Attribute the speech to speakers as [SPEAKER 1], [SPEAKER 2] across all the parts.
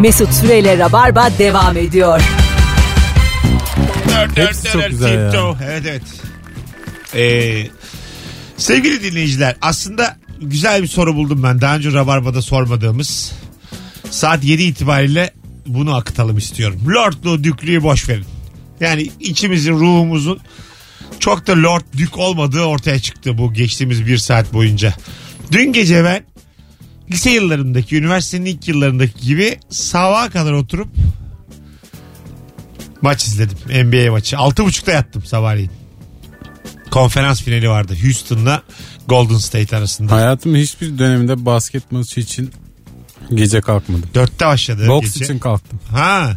[SPEAKER 1] Mesut Süreyle Rabarba devam ediyor.
[SPEAKER 2] Hepsi çok güzel ya.
[SPEAKER 3] Evet evet. Ee, sevgili dinleyiciler aslında güzel bir soru buldum ben. Daha önce Rabarba'da sormadığımız. Saat 7 itibariyle bunu akıtalım istiyorum. Lordluğu, düklüğü boş verin. Yani içimizin, ruhumuzun çok da lord, dük olmadığı ortaya çıktı bu geçtiğimiz bir saat boyunca. Dün gece ben lise yıllarımdaki, üniversitenin ilk yıllarındaki gibi sabaha kadar oturup maç izledim. NBA maçı. 6.30'da yattım sabahleyin. Konferans finali vardı. Houston'la Golden State arasında.
[SPEAKER 2] Hayatımın hiçbir döneminde basket maçı için gece kalkmadım.
[SPEAKER 3] Dörtte başladı
[SPEAKER 2] Boks
[SPEAKER 3] gece.
[SPEAKER 2] için kalktım.
[SPEAKER 3] Ha.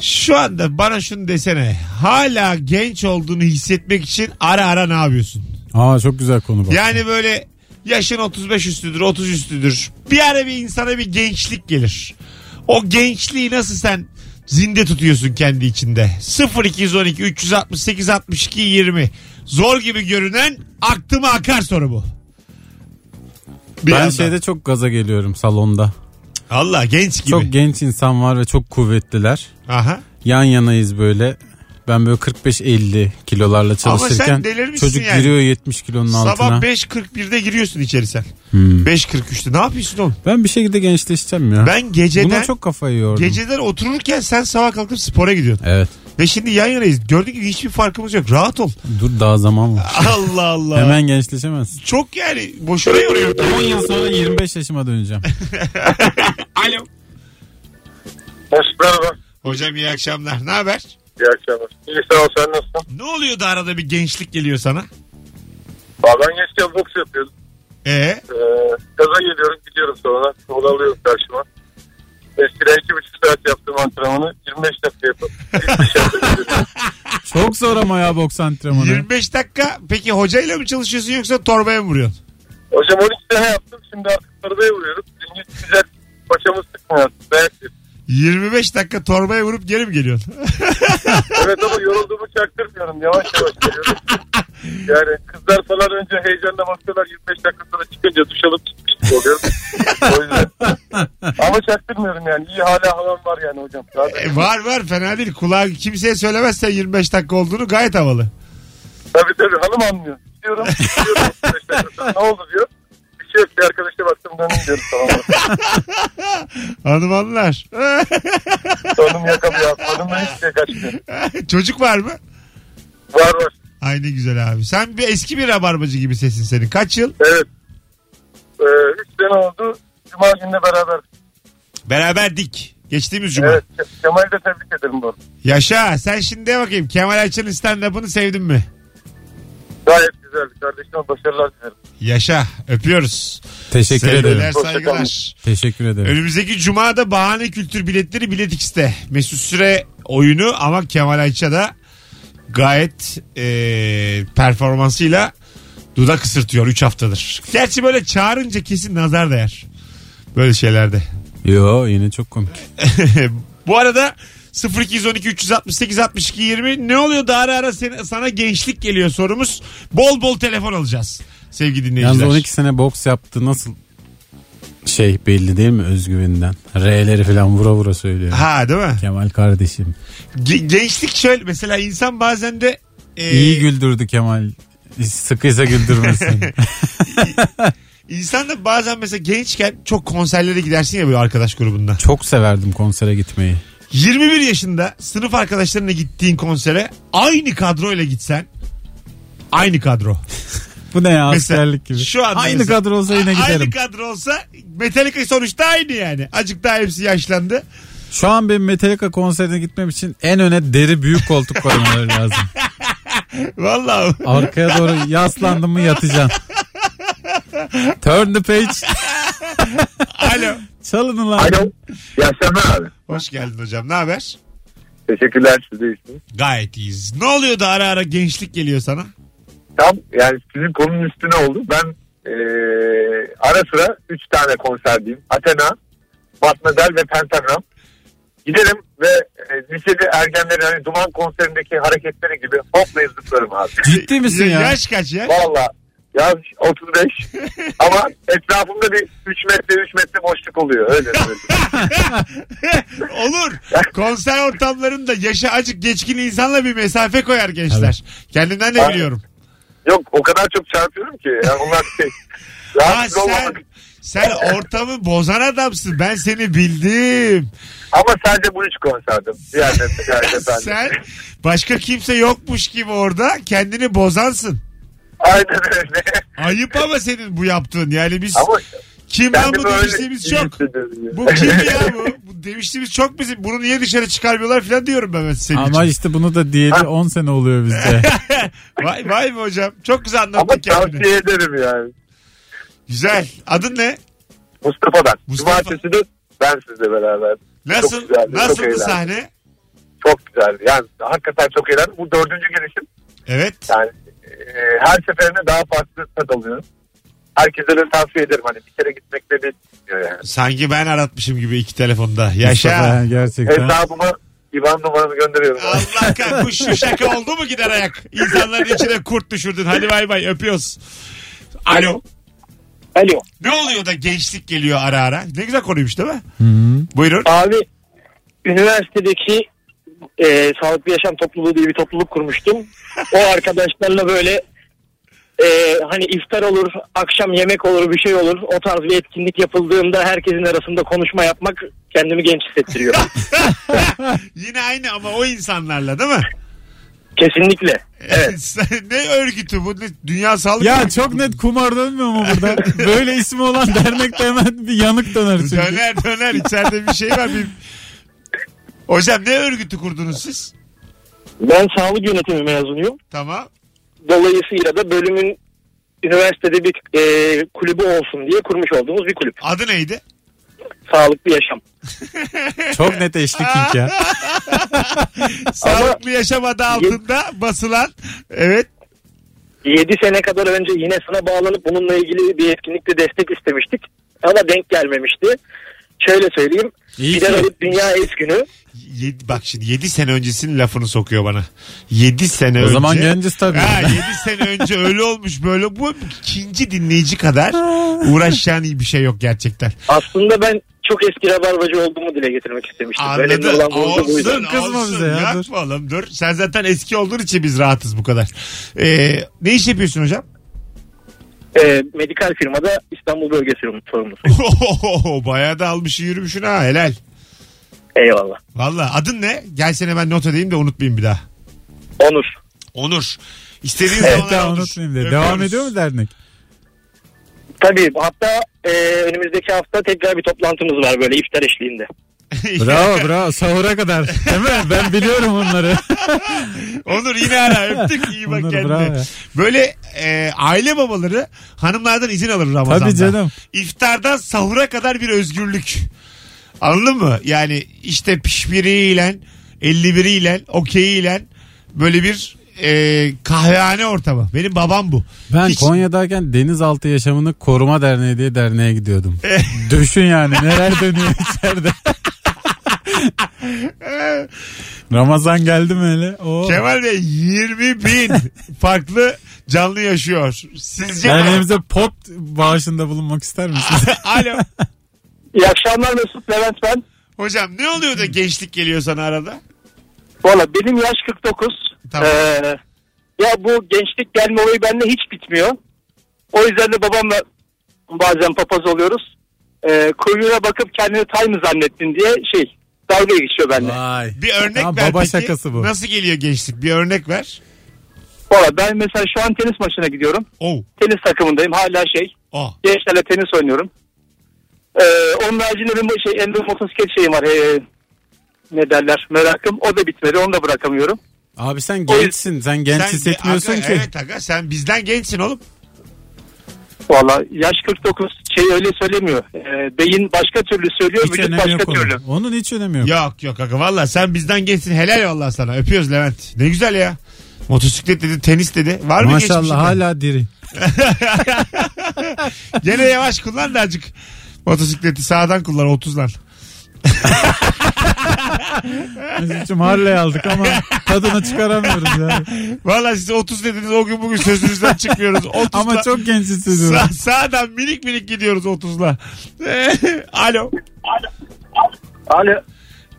[SPEAKER 3] Şu anda bana şunu desene. Hala genç olduğunu hissetmek için ara ara ne yapıyorsun?
[SPEAKER 2] Aa çok güzel konu bak.
[SPEAKER 3] Yani böyle yaşın 35 üstüdür, 30 üstüdür. Bir ara bir insana bir gençlik gelir. O gençliği nasıl sen zinde tutuyorsun kendi içinde? 0212 368 62 20. Zor gibi görünen aklıma akar soru bu. Bir
[SPEAKER 2] ben
[SPEAKER 3] yandan.
[SPEAKER 2] şeyde çok gaza geliyorum salonda.
[SPEAKER 3] Allah genç gibi.
[SPEAKER 2] Çok genç insan var ve çok kuvvetliler.
[SPEAKER 3] Aha.
[SPEAKER 2] Yan yanayız böyle. Ben böyle 45-50 kilolarla
[SPEAKER 3] Ama sen
[SPEAKER 2] çalışırken
[SPEAKER 3] delirmişsin
[SPEAKER 2] çocuk
[SPEAKER 3] yani.
[SPEAKER 2] giriyor 70 kilonun altına. Hmm.
[SPEAKER 3] Sabah 5.41'de giriyorsun içeri sen. 5.43'te ne yapıyorsun oğlum?
[SPEAKER 2] Ben bir şekilde gençleşeceğim ya.
[SPEAKER 3] Ben geceden
[SPEAKER 2] Buna çok kafayı yordum.
[SPEAKER 3] geceden otururken sen sabah kalkıp spora gidiyordun.
[SPEAKER 2] Evet.
[SPEAKER 3] Ve şimdi yan yanayız. Gördük ki hiçbir farkımız yok. Rahat ol.
[SPEAKER 2] Dur daha zaman var.
[SPEAKER 3] Allah Allah.
[SPEAKER 2] Hemen gençleşemezsin.
[SPEAKER 3] Çok yani boşuna yoruyor.
[SPEAKER 2] 10 yıl sonra 25 yaşıma döneceğim.
[SPEAKER 3] Alo.
[SPEAKER 4] Mesut merhaba.
[SPEAKER 3] Hocam iyi akşamlar. Ne haber?
[SPEAKER 4] İyi akşamlar. İyi sağ ol sen nasılsın?
[SPEAKER 3] Ne oluyor da arada bir gençlik geliyor sana?
[SPEAKER 4] Aa, ben gençken boks yapıyordum.
[SPEAKER 3] Ee,
[SPEAKER 4] Ee, gaza geliyorum gidiyorum sonra. Kola alıyorum karşıma. Eskiden iki buçuk saat yaptığım antrenmanı 25 dakika yapıp
[SPEAKER 2] Çok zor ama ya boks antrenmanı.
[SPEAKER 3] 25 dakika peki hocayla mı çalışıyorsun yoksa torbaya mı vuruyorsun?
[SPEAKER 4] Hocam 12 tane yaptım şimdi artık arabaya vuruyorum. Zincir güzel paçamı sıkmıyor. Dayak yiyor.
[SPEAKER 3] 25 dakika torbaya vurup geri mi geliyorsun?
[SPEAKER 4] Evet ama yorulduğumu çaktırmıyorum. Yavaş yavaş geliyorum. Yani kızlar falan önce heyecanla bakıyorlar. 25 dakika sonra çıkınca duş alıp çıkmış gibi oluyorum. o yüzden. Ama çaktırmıyorum yani. İyi hala havam var yani hocam. Zaten-
[SPEAKER 3] E, var var fena değil. Kulağa kimseye söylemezsen 25 dakika olduğunu gayet havalı.
[SPEAKER 4] Tabii tabii hanım anlıyor. Gidiyorum. gidiyorum. Beş dakika sonra ne oldu diyor. Bir şey yok. Bir arkadaşla baktım dönün diyorum tamam.
[SPEAKER 3] Hanımanlar.
[SPEAKER 4] Sonum yakamıyor. Sonum da hiç şey kaçmıyor.
[SPEAKER 3] Çocuk var mı?
[SPEAKER 4] Var var.
[SPEAKER 3] Ay ne güzel abi. Sen bir eski bir rabarbacı gibi sesin senin. Kaç yıl?
[SPEAKER 4] Evet. Ee, üç sene oldu. Cuma gününe beraber.
[SPEAKER 3] Beraberdik. Geçtiğimiz cuma.
[SPEAKER 4] Evet. Ke- Kemal'i de tebrik ederim bu.
[SPEAKER 3] Yaşa sen şimdi de bakayım Kemal Ayça'nın stand-up'ını sevdin mi?
[SPEAKER 4] Gayet güzeldi. Kardeşime başarılar dilerim.
[SPEAKER 3] Yaşa öpüyoruz.
[SPEAKER 2] Teşekkür
[SPEAKER 3] Sevgiler,
[SPEAKER 2] ederim.
[SPEAKER 3] saygılar.
[SPEAKER 2] Teşekkür ederim.
[SPEAKER 3] Önümüzdeki Cuma'da bahane kültür biletleri Bilet X'te. Mesut Süre oyunu ama Kemal Ayça da gayet e, performansıyla dudak ısırtıyor 3 haftadır. Gerçi böyle çağırınca kesin nazar değer. Böyle şeylerde.
[SPEAKER 2] Yo yine çok komik.
[SPEAKER 3] Bu arada 0212 368 62 20 ne oluyor da ara ara seni- sana gençlik geliyor sorumuz. Bol bol telefon alacağız sevgili
[SPEAKER 2] Yalnız
[SPEAKER 3] dinleyiciler.
[SPEAKER 2] 12 sene boks yaptı nasıl şey belli değil mi özgüveninden? R'leri falan vura vura söylüyor.
[SPEAKER 3] Ha değil mi?
[SPEAKER 2] Kemal kardeşim.
[SPEAKER 3] Ge- gençlik şöyle mesela insan bazen de e,
[SPEAKER 2] İyi güldürdü Kemal. Sıkıysa güldürmesin.
[SPEAKER 3] insan da bazen mesela gençken çok konserlere gidersin ya böyle arkadaş grubunda.
[SPEAKER 2] çok severdim konsere gitmeyi.
[SPEAKER 3] 21 yaşında sınıf arkadaşlarına gittiğin konsere aynı kadroyla gitsen aynı kadro.
[SPEAKER 2] Bu ne ya
[SPEAKER 3] Mesela
[SPEAKER 2] askerlik gibi.
[SPEAKER 3] şu anda
[SPEAKER 2] Aynı
[SPEAKER 3] mesela-
[SPEAKER 2] kadro olsa yine
[SPEAKER 3] A-
[SPEAKER 2] giderim.
[SPEAKER 3] Aynı kadro olsa Metallica sonuçta aynı yani. Azıcık daha hepsi yaşlandı.
[SPEAKER 2] Şu an benim Metallica konserine gitmem için en öne deri büyük koltuk koymaları lazım.
[SPEAKER 3] Vallahi
[SPEAKER 2] Arkaya doğru yaslandım mı yatacaksın. Turn the page.
[SPEAKER 3] Alo.
[SPEAKER 2] Çalın lan.
[SPEAKER 5] Alo. İyi akşamlar abi.
[SPEAKER 3] Hoş geldin hocam. Ne haber?
[SPEAKER 5] Teşekkürler size için.
[SPEAKER 3] Gayet iyiyiz. Ne oluyor da ara ara gençlik geliyor sana?
[SPEAKER 5] Tam yani sizin konunun üstüne oldu. Ben eee, ara sıra 3 tane konser diyeyim. Athena, Batmedel ve Pentagram. Giderim ve e, lisede ergenlerin hani duman konserindeki hareketleri gibi hoplayıp zıplarım abi.
[SPEAKER 2] Ciddi misin
[SPEAKER 3] Ya-
[SPEAKER 2] ya?
[SPEAKER 3] Yaş kaç ya?
[SPEAKER 5] Valla Yaz 35. Ama etrafımda bir 3 metre 3 metre boşluk oluyor. Öyle söyleyeyim.
[SPEAKER 3] Olur. Konser ortamlarında yaşa acık geçkin insanla bir mesafe koyar gençler. Kendimden de
[SPEAKER 5] Abi,
[SPEAKER 3] biliyorum.
[SPEAKER 5] Yok o kadar çok çarpıyorum ki. Yani onlar şey.
[SPEAKER 3] Ha
[SPEAKER 5] rahatsız
[SPEAKER 3] sen
[SPEAKER 5] olmamak.
[SPEAKER 3] sen ortamı bozan adamsın. Ben seni bildim.
[SPEAKER 5] Ama sadece bu üç konserdim. Diğer meslekler
[SPEAKER 3] Sen başka kimse yokmuş gibi orada kendini bozansın.
[SPEAKER 5] Aynen öyle.
[SPEAKER 3] Ayıp ama senin bu yaptığın. Yani biz
[SPEAKER 5] Ama
[SPEAKER 3] kim lan
[SPEAKER 5] kendimi
[SPEAKER 3] bu
[SPEAKER 5] öyle
[SPEAKER 3] demişliğimiz
[SPEAKER 5] iyi
[SPEAKER 3] çok.
[SPEAKER 5] hissediyorum ya.
[SPEAKER 3] Bu kim ya bu? bu demişliğimiz çok bizim. Bunu niye dışarı çıkarmıyorlar falan diyorum ben senin
[SPEAKER 2] Ama
[SPEAKER 3] için.
[SPEAKER 2] işte bunu da diyeli 10 sene oluyor bizde.
[SPEAKER 3] Vay, vay be hocam. Çok güzel
[SPEAKER 5] Ama
[SPEAKER 3] anlattın kendini.
[SPEAKER 5] tavsiye ederim yani.
[SPEAKER 3] Güzel. Adın ne?
[SPEAKER 5] Mustafa'dan.
[SPEAKER 3] Mustafa.
[SPEAKER 5] Cumartesi de ben sizle beraber.
[SPEAKER 3] Nasıl?
[SPEAKER 5] Çok güzeldi, çok
[SPEAKER 3] Nasıldı
[SPEAKER 5] eğlendim.
[SPEAKER 3] sahne?
[SPEAKER 5] Çok güzel. Yani hakikaten çok eğlendim. Bu dördüncü gelişim.
[SPEAKER 3] Evet.
[SPEAKER 5] Yani e, her seferinde daha farklı tad alıyorum. Herkese de tavsiye ederim. Hani bir kere gitmekle bir yani.
[SPEAKER 3] Sanki ben aratmışım gibi iki telefonda. Yaşa.
[SPEAKER 2] Mustafa, gerçekten.
[SPEAKER 5] hesabıma İvan numaranı gönderiyorum.
[SPEAKER 3] Allah kahretsin şu şaka oldu mu gider ayak? İnsanların içine kurt düşürdün. Hadi bay bay öpüyoruz. Alo.
[SPEAKER 6] Alo.
[SPEAKER 3] Ne oluyor da gençlik geliyor ara ara? Ne güzel konuymuş değil mi? Buyurun.
[SPEAKER 6] Abi üniversitedeki e, Sağlıklı Yaşam Topluluğu diye bir topluluk kurmuştum. O arkadaşlarla böyle e, hani iftar olur, akşam yemek olur, bir şey olur. O tarz bir etkinlik yapıldığında herkesin arasında konuşma yapmak kendimi genç hissettiriyor.
[SPEAKER 3] Yine aynı ama o insanlarla değil mi?
[SPEAKER 6] Kesinlikle.
[SPEAKER 3] ne örgütü bu? Ne, Dünya Sağlık
[SPEAKER 2] Ya
[SPEAKER 3] Örgütü
[SPEAKER 2] çok
[SPEAKER 3] bu.
[SPEAKER 2] net kumar dönmüyor mu burada? Böyle ismi olan dernekte hemen bir yanık döner çünkü.
[SPEAKER 3] Döner döner içeride bir şey var. Bir... Hocam ne örgütü kurdunuz siz?
[SPEAKER 6] Ben sağlık yönetimi mezunuyum.
[SPEAKER 3] Tamam.
[SPEAKER 6] Dolayısıyla da bölümün üniversitede bir e, kulübü olsun diye kurmuş olduğumuz bir kulüp.
[SPEAKER 3] Adı neydi?
[SPEAKER 6] Sağlıklı Yaşam.
[SPEAKER 2] Çok net eşlik ilk ya.
[SPEAKER 3] Sağlıklı yaşam adı altında basılan. Evet.
[SPEAKER 6] 7 sene kadar önce yine sına bağlanıp bununla ilgili bir etkinlikte destek istemiştik. Ama denk gelmemişti. Şöyle söyleyeyim.
[SPEAKER 2] İyi
[SPEAKER 6] bir
[SPEAKER 2] ki.
[SPEAKER 6] Aralık Dünya AIDS günü.
[SPEAKER 3] Yedi, bak şimdi 7 sene öncesinin lafını sokuyor bana. 7 sene
[SPEAKER 2] O
[SPEAKER 3] önce.
[SPEAKER 2] zaman genciz tabii.
[SPEAKER 3] Ha, 7 sene önce öyle olmuş böyle. Bu ikinci dinleyici kadar uğraşan bir şey yok gerçekten.
[SPEAKER 6] Aslında ben çok eski rabarbacı olduğumu dile getirmek istemiştim. Önemli
[SPEAKER 3] Anladı.
[SPEAKER 6] olan burada buydu.
[SPEAKER 3] Olsun,
[SPEAKER 2] Kızma
[SPEAKER 3] olsun.
[SPEAKER 2] bize ya,
[SPEAKER 3] Yapma oğlum dur. Sen zaten eski olduğun için biz rahatız bu kadar. Ee, ne iş yapıyorsun hocam?
[SPEAKER 6] Ee, medikal firmada İstanbul bölgesi sorumlusu.
[SPEAKER 3] Bayağı da almışsın yürümüşsün ha helal.
[SPEAKER 6] Eyvallah.
[SPEAKER 3] Valla adın ne? Gelsene ben not edeyim de unutmayayım bir daha.
[SPEAKER 6] Onur.
[SPEAKER 3] Onur. İstediğin
[SPEAKER 2] Evet,
[SPEAKER 3] zaman
[SPEAKER 2] daha
[SPEAKER 3] Onur.
[SPEAKER 2] unutmayayım diye.
[SPEAKER 3] Öpüyoruz.
[SPEAKER 2] Devam ediyor mu dernek?
[SPEAKER 6] Tabii hatta e, önümüzdeki hafta tekrar bir toplantımız var böyle iftar eşliğinde.
[SPEAKER 2] Bravo bravo sahura kadar. Değil mi? Ben biliyorum onları.
[SPEAKER 3] Onur yine ara öptük iyi bak
[SPEAKER 2] Onur, bravo
[SPEAKER 3] kendine.
[SPEAKER 2] ya.
[SPEAKER 3] Böyle e, aile babaları hanımlardan izin alır Ramazan'da.
[SPEAKER 2] Tabii canım.
[SPEAKER 3] İftardan sahura kadar bir özgürlük. Anladın mı? Yani işte pişbiriyle, 51'iyle, okeyiyle böyle bir e, kahvehane ortamı. Benim babam bu.
[SPEAKER 2] Ben
[SPEAKER 3] Hiç-
[SPEAKER 2] Konya'dayken Denizaltı Yaşamını Koruma Derneği diye derneğe gidiyordum. Düşün yani neler dönüyor içeride. Ramazan geldi mi hele? Oo.
[SPEAKER 3] Kemal Bey 20 bin farklı canlı yaşıyor. Sizce...
[SPEAKER 2] Derneğimize pot bağışında bulunmak ister misiniz?
[SPEAKER 3] Alo.
[SPEAKER 6] İyi akşamlar Mesut Levent ben.
[SPEAKER 3] Hocam ne oluyor da gençlik geliyor sana arada?
[SPEAKER 6] Valla benim yaş 49.
[SPEAKER 3] Tamam.
[SPEAKER 6] Ee, ya bu gençlik gelme olayı bende hiç bitmiyor. O yüzden de babamla bazen papaz oluyoruz. Ee, kuyruğuna bakıp kendini tay mı zannettin diye şey dalga geçiyor bende.
[SPEAKER 2] Vay.
[SPEAKER 3] Bir örnek
[SPEAKER 2] Tamam,
[SPEAKER 3] ver
[SPEAKER 2] baba
[SPEAKER 3] peki.
[SPEAKER 2] şakası bu.
[SPEAKER 3] Nasıl geliyor gençlik? Bir örnek ver.
[SPEAKER 6] Valla ben mesela şu an tenis maçına gidiyorum.
[SPEAKER 3] Oh.
[SPEAKER 6] Tenis takımındayım hala şey.
[SPEAKER 3] Oh.
[SPEAKER 6] Gençlerle tenis oynuyorum. Ee, onun haricinde bir mo- şey, elde motosiklet şeyim var. ee, ne derler merakım. O da bitmedi onu da bırakamıyorum.
[SPEAKER 2] Abi sen gençsin. Sen genç
[SPEAKER 3] Sen-
[SPEAKER 2] hissetmiyorsun
[SPEAKER 3] aga,
[SPEAKER 2] ki.
[SPEAKER 3] Evet aga sen bizden gençsin oğlum.
[SPEAKER 6] Valla yaş 49 şey öyle söylemiyor. Ee, beyin başka türlü söylüyor,
[SPEAKER 2] Hiç
[SPEAKER 6] vücut
[SPEAKER 2] önemi
[SPEAKER 6] başka
[SPEAKER 2] yok
[SPEAKER 6] türlü.
[SPEAKER 2] onun. Onun hiç önemi yok.
[SPEAKER 3] Yok yok aga valla sen bizden gençsin. Helal valla sana. Öpüyoruz Levent. Ne güzel ya. Motosiklet dedi, tenis dedi. Var mı
[SPEAKER 2] Maşallah
[SPEAKER 3] geçmişinde?
[SPEAKER 2] hala diri.
[SPEAKER 3] Gene yavaş kullan da azıcık. Motosikleti sağdan kullan 30'dan.
[SPEAKER 2] Mesut'cum Harley aldık ama tadını çıkaramıyoruz ya.
[SPEAKER 3] Valla siz 30 dediniz o gün bugün sözünüzden çıkmıyoruz. 30
[SPEAKER 2] Ama çok genç hissediyorum.
[SPEAKER 3] Sa- sağdan minik minik gidiyoruz 30'la. Alo.
[SPEAKER 6] Alo.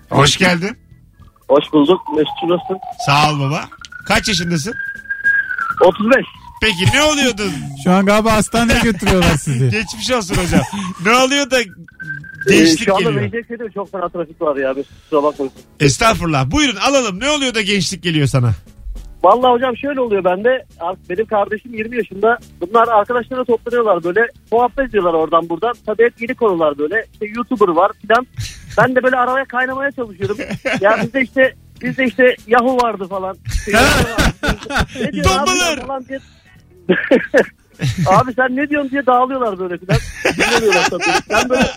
[SPEAKER 3] Hoş geldin.
[SPEAKER 6] Hoş bulduk. Mesut'u nasılsın?
[SPEAKER 3] Sağ ol baba. Kaç yaşındasın?
[SPEAKER 6] 35.
[SPEAKER 3] Peki ne oluyordu?
[SPEAKER 2] Şu an galiba hastaneye götürüyorlar sizi.
[SPEAKER 3] Geçmiş olsun hocam. Ne oluyor da
[SPEAKER 6] Ee,
[SPEAKER 3] gençlik
[SPEAKER 6] şu anda
[SPEAKER 3] geliyor?
[SPEAKER 6] verecek şey de yok. çok fena trafik var ya. Mesut kusura bakmayın.
[SPEAKER 3] Estağfurullah. Buyurun alalım. Ne oluyor da gençlik geliyor sana?
[SPEAKER 6] Vallahi hocam şöyle oluyor bende. Ar- Benim kardeşim 20 yaşında. Bunlar arkadaşlarına toplanıyorlar böyle. Muhabbet ediyorlar oradan buradan. Tabii hep yeni konular böyle. İşte YouTuber var filan. Ben de böyle araya kaynamaya çalışıyorum. Ya bizde işte bizde işte Yahoo vardı falan. İşte Yahoo vardı. Ne diyorsun abi
[SPEAKER 3] Dumbalar.
[SPEAKER 6] ya falan diye- abi sen ne diyorsun diye dağılıyorlar böyle filan. Dinlemiyorlar tabii. Ben böyle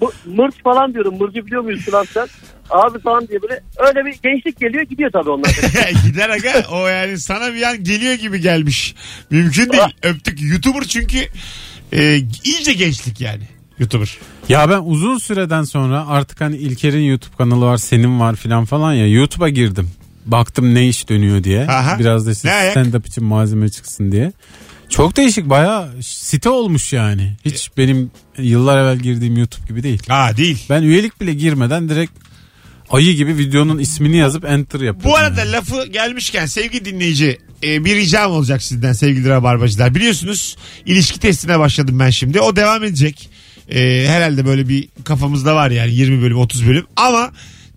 [SPEAKER 6] mı- mırç falan diyorum. Mırcı biliyor muyuz filan sen? Abi falan diye böyle. Öyle bir gençlik geliyor gidiyor tabii onlar.
[SPEAKER 3] Gider aga. O yani sana bir an geliyor gibi gelmiş. Mümkün değil. Öptük. YouTuber çünkü e, iyice gençlik yani. YouTuber.
[SPEAKER 2] Ya ben uzun süreden sonra artık hani İlker'in YouTube kanalı var, senin var filan falan ya YouTube'a girdim. Baktım ne iş dönüyor diye.
[SPEAKER 3] Aha.
[SPEAKER 2] Biraz da işte
[SPEAKER 3] Ne ayak?
[SPEAKER 2] stand-up için malzeme çıksın diye. Çok değişik baya site olmuş yani. Hiç benim yıllar evvel girdiğim YouTube gibi değil.
[SPEAKER 3] Aa değil.
[SPEAKER 2] Ben üyelik bile girmeden direkt ayı gibi videonun ismini yazıp enter yapıyorum.
[SPEAKER 3] Bu arada
[SPEAKER 2] yani.
[SPEAKER 3] lafı gelmişken sevgili dinleyici e, bir ricam olacak sizden sevgili rabarbacılar. Biliyorsunuz ilişki testine başladım ben şimdi. O devam edecek. E, herhalde böyle bir kafamızda var yani 20 bölüm 30 bölüm. Ama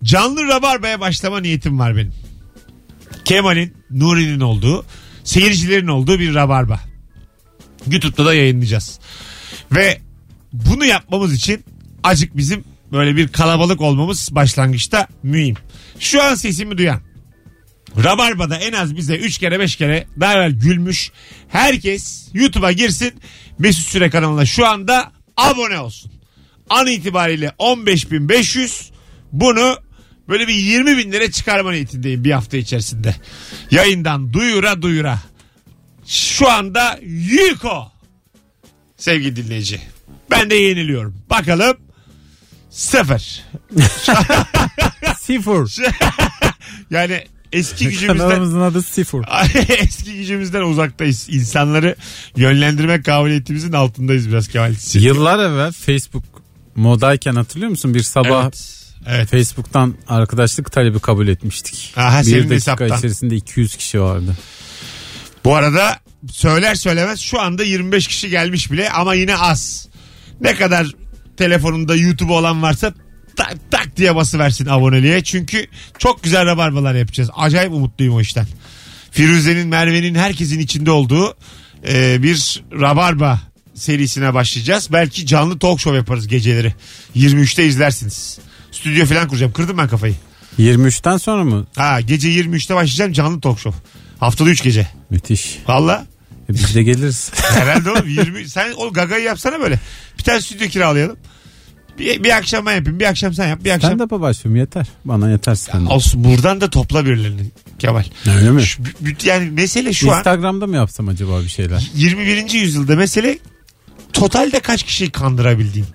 [SPEAKER 3] canlı rabarbaya başlama niyetim var benim. Kemal'in, Nuri'nin olduğu, seyircilerin olduğu bir rabarba. YouTube'da da yayınlayacağız. Ve bunu yapmamız için acık bizim böyle bir kalabalık olmamız başlangıçta mühim. Şu an sesimi duyan Rabarba'da en az bize 3 kere 5 kere daha evvel gülmüş. Herkes YouTube'a girsin. Mesut Süre kanalına şu anda abone olsun. An itibariyle 15.500 bunu böyle bir 20 bin lira çıkarma niyetindeyim bir hafta içerisinde. Yayından duyura duyura. Şu anda Yuko sevgili dinleyici. Ben de yeniliyorum. Bakalım sıfır.
[SPEAKER 2] Sifur.
[SPEAKER 3] Yani eski gücümüzden
[SPEAKER 2] Kanalımızın adı Sifur.
[SPEAKER 3] Eski gücümüzden uzaktayız. İnsanları yönlendirme kabiliyetimizin altındayız biraz Kemal.
[SPEAKER 2] Yıllar evvel Facebook modayken hatırlıyor musun? Bir sabah
[SPEAKER 3] Evet. Evet.
[SPEAKER 2] Facebook'tan arkadaşlık talebi kabul etmiştik.
[SPEAKER 3] Aha,
[SPEAKER 2] bir
[SPEAKER 3] senin
[SPEAKER 2] dakika
[SPEAKER 3] hesaptan.
[SPEAKER 2] içerisinde 200 kişi vardı.
[SPEAKER 3] Bu arada söyler söylemez şu anda 25 kişi gelmiş bile ama yine az. Ne kadar telefonunda YouTube olan varsa tak tak diye basıversin aboneliğe. Çünkü çok güzel rabarbalar yapacağız. Acayip umutluyum o işten. Firuze'nin, Merve'nin herkesin içinde olduğu e, bir rabarba serisine başlayacağız. Belki canlı talk show yaparız geceleri. 23'te izlersiniz. Stüdyo falan kuracağım. Kırdım ben kafayı.
[SPEAKER 2] 23'ten sonra mı?
[SPEAKER 3] Ha gece 23'te başlayacağım canlı talk show. Haftada 3 gece.
[SPEAKER 2] Müthiş.
[SPEAKER 3] Valla.
[SPEAKER 2] E biz de geliriz.
[SPEAKER 3] Herhalde oğlum 20 sen o gagayı yapsana böyle. Bir tane stüdyo kiralayalım. Bir, bir akşam ben yapayım, bir akşam sen yap, bir akşam.
[SPEAKER 2] Sen de babacığım yeter. Bana yeter sen de.
[SPEAKER 3] Olsun buradan da topla birilerini Kemal.
[SPEAKER 2] Öyle mi?
[SPEAKER 3] Şu- b- b- yani mesele şu an
[SPEAKER 2] Instagram'da mı yapsam acaba bir şeyler?
[SPEAKER 3] 21. yüzyılda mesele totalde kaç kişiyi kandırabildiğin.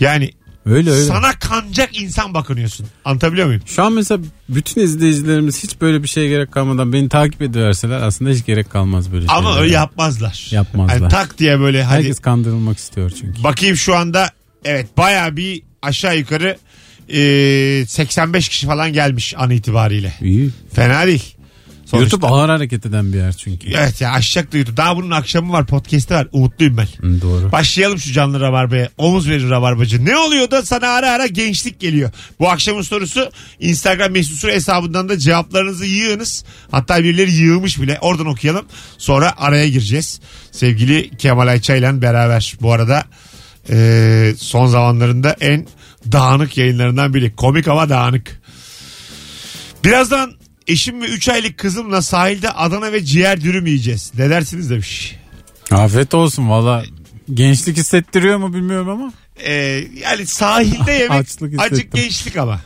[SPEAKER 3] Yani
[SPEAKER 2] Öyle öyle.
[SPEAKER 3] sana kanacak insan bakınıyorsun. Anlatabiliyor muyum?
[SPEAKER 2] Şu an mesela bütün izleyicilerimiz hiç böyle bir şeye gerek kalmadan beni takip ediverseler aslında hiç gerek kalmaz böyle
[SPEAKER 3] Ama
[SPEAKER 2] şeylere.
[SPEAKER 3] öyle yapmazlar.
[SPEAKER 2] Yapmazlar.
[SPEAKER 3] Yani tak diye böyle hadi
[SPEAKER 2] Herkes kandırılmak istiyor çünkü.
[SPEAKER 3] Bakayım şu anda evet baya bir aşağı yukarı e, 85 kişi falan gelmiş an itibariyle.
[SPEAKER 2] İyi.
[SPEAKER 3] Fena değil. Sonuçta.
[SPEAKER 2] YouTube ağır hareket eden bir yer çünkü.
[SPEAKER 3] Evet ya aşacak da YouTube. Daha bunun akşamı var podcast'i var. Umutluyum ben.
[SPEAKER 2] Hı, doğru.
[SPEAKER 3] Başlayalım şu canlı rabarbaya. Omuz verir rabarbacı. Ne oluyor da sana ara ara gençlik geliyor. Bu akşamın sorusu Instagram mesut Süre hesabından da cevaplarınızı yığınız. Hatta birileri yığmış bile. Oradan okuyalım. Sonra araya gireceğiz. Sevgili Kemal Ayça ile beraber. Bu arada e, son zamanlarında en dağınık yayınlarından biri. Komik ama dağınık. Birazdan eşim ve 3 aylık kızımla sahilde Adana ve ciğer dürüm yiyeceğiz. Ne dersiniz demiş.
[SPEAKER 2] Afiyet olsun valla. Gençlik hissettiriyor mu bilmiyorum ama.
[SPEAKER 3] Ee, yani sahilde yemek
[SPEAKER 2] Açlık hissettim.
[SPEAKER 3] acık gençlik ama.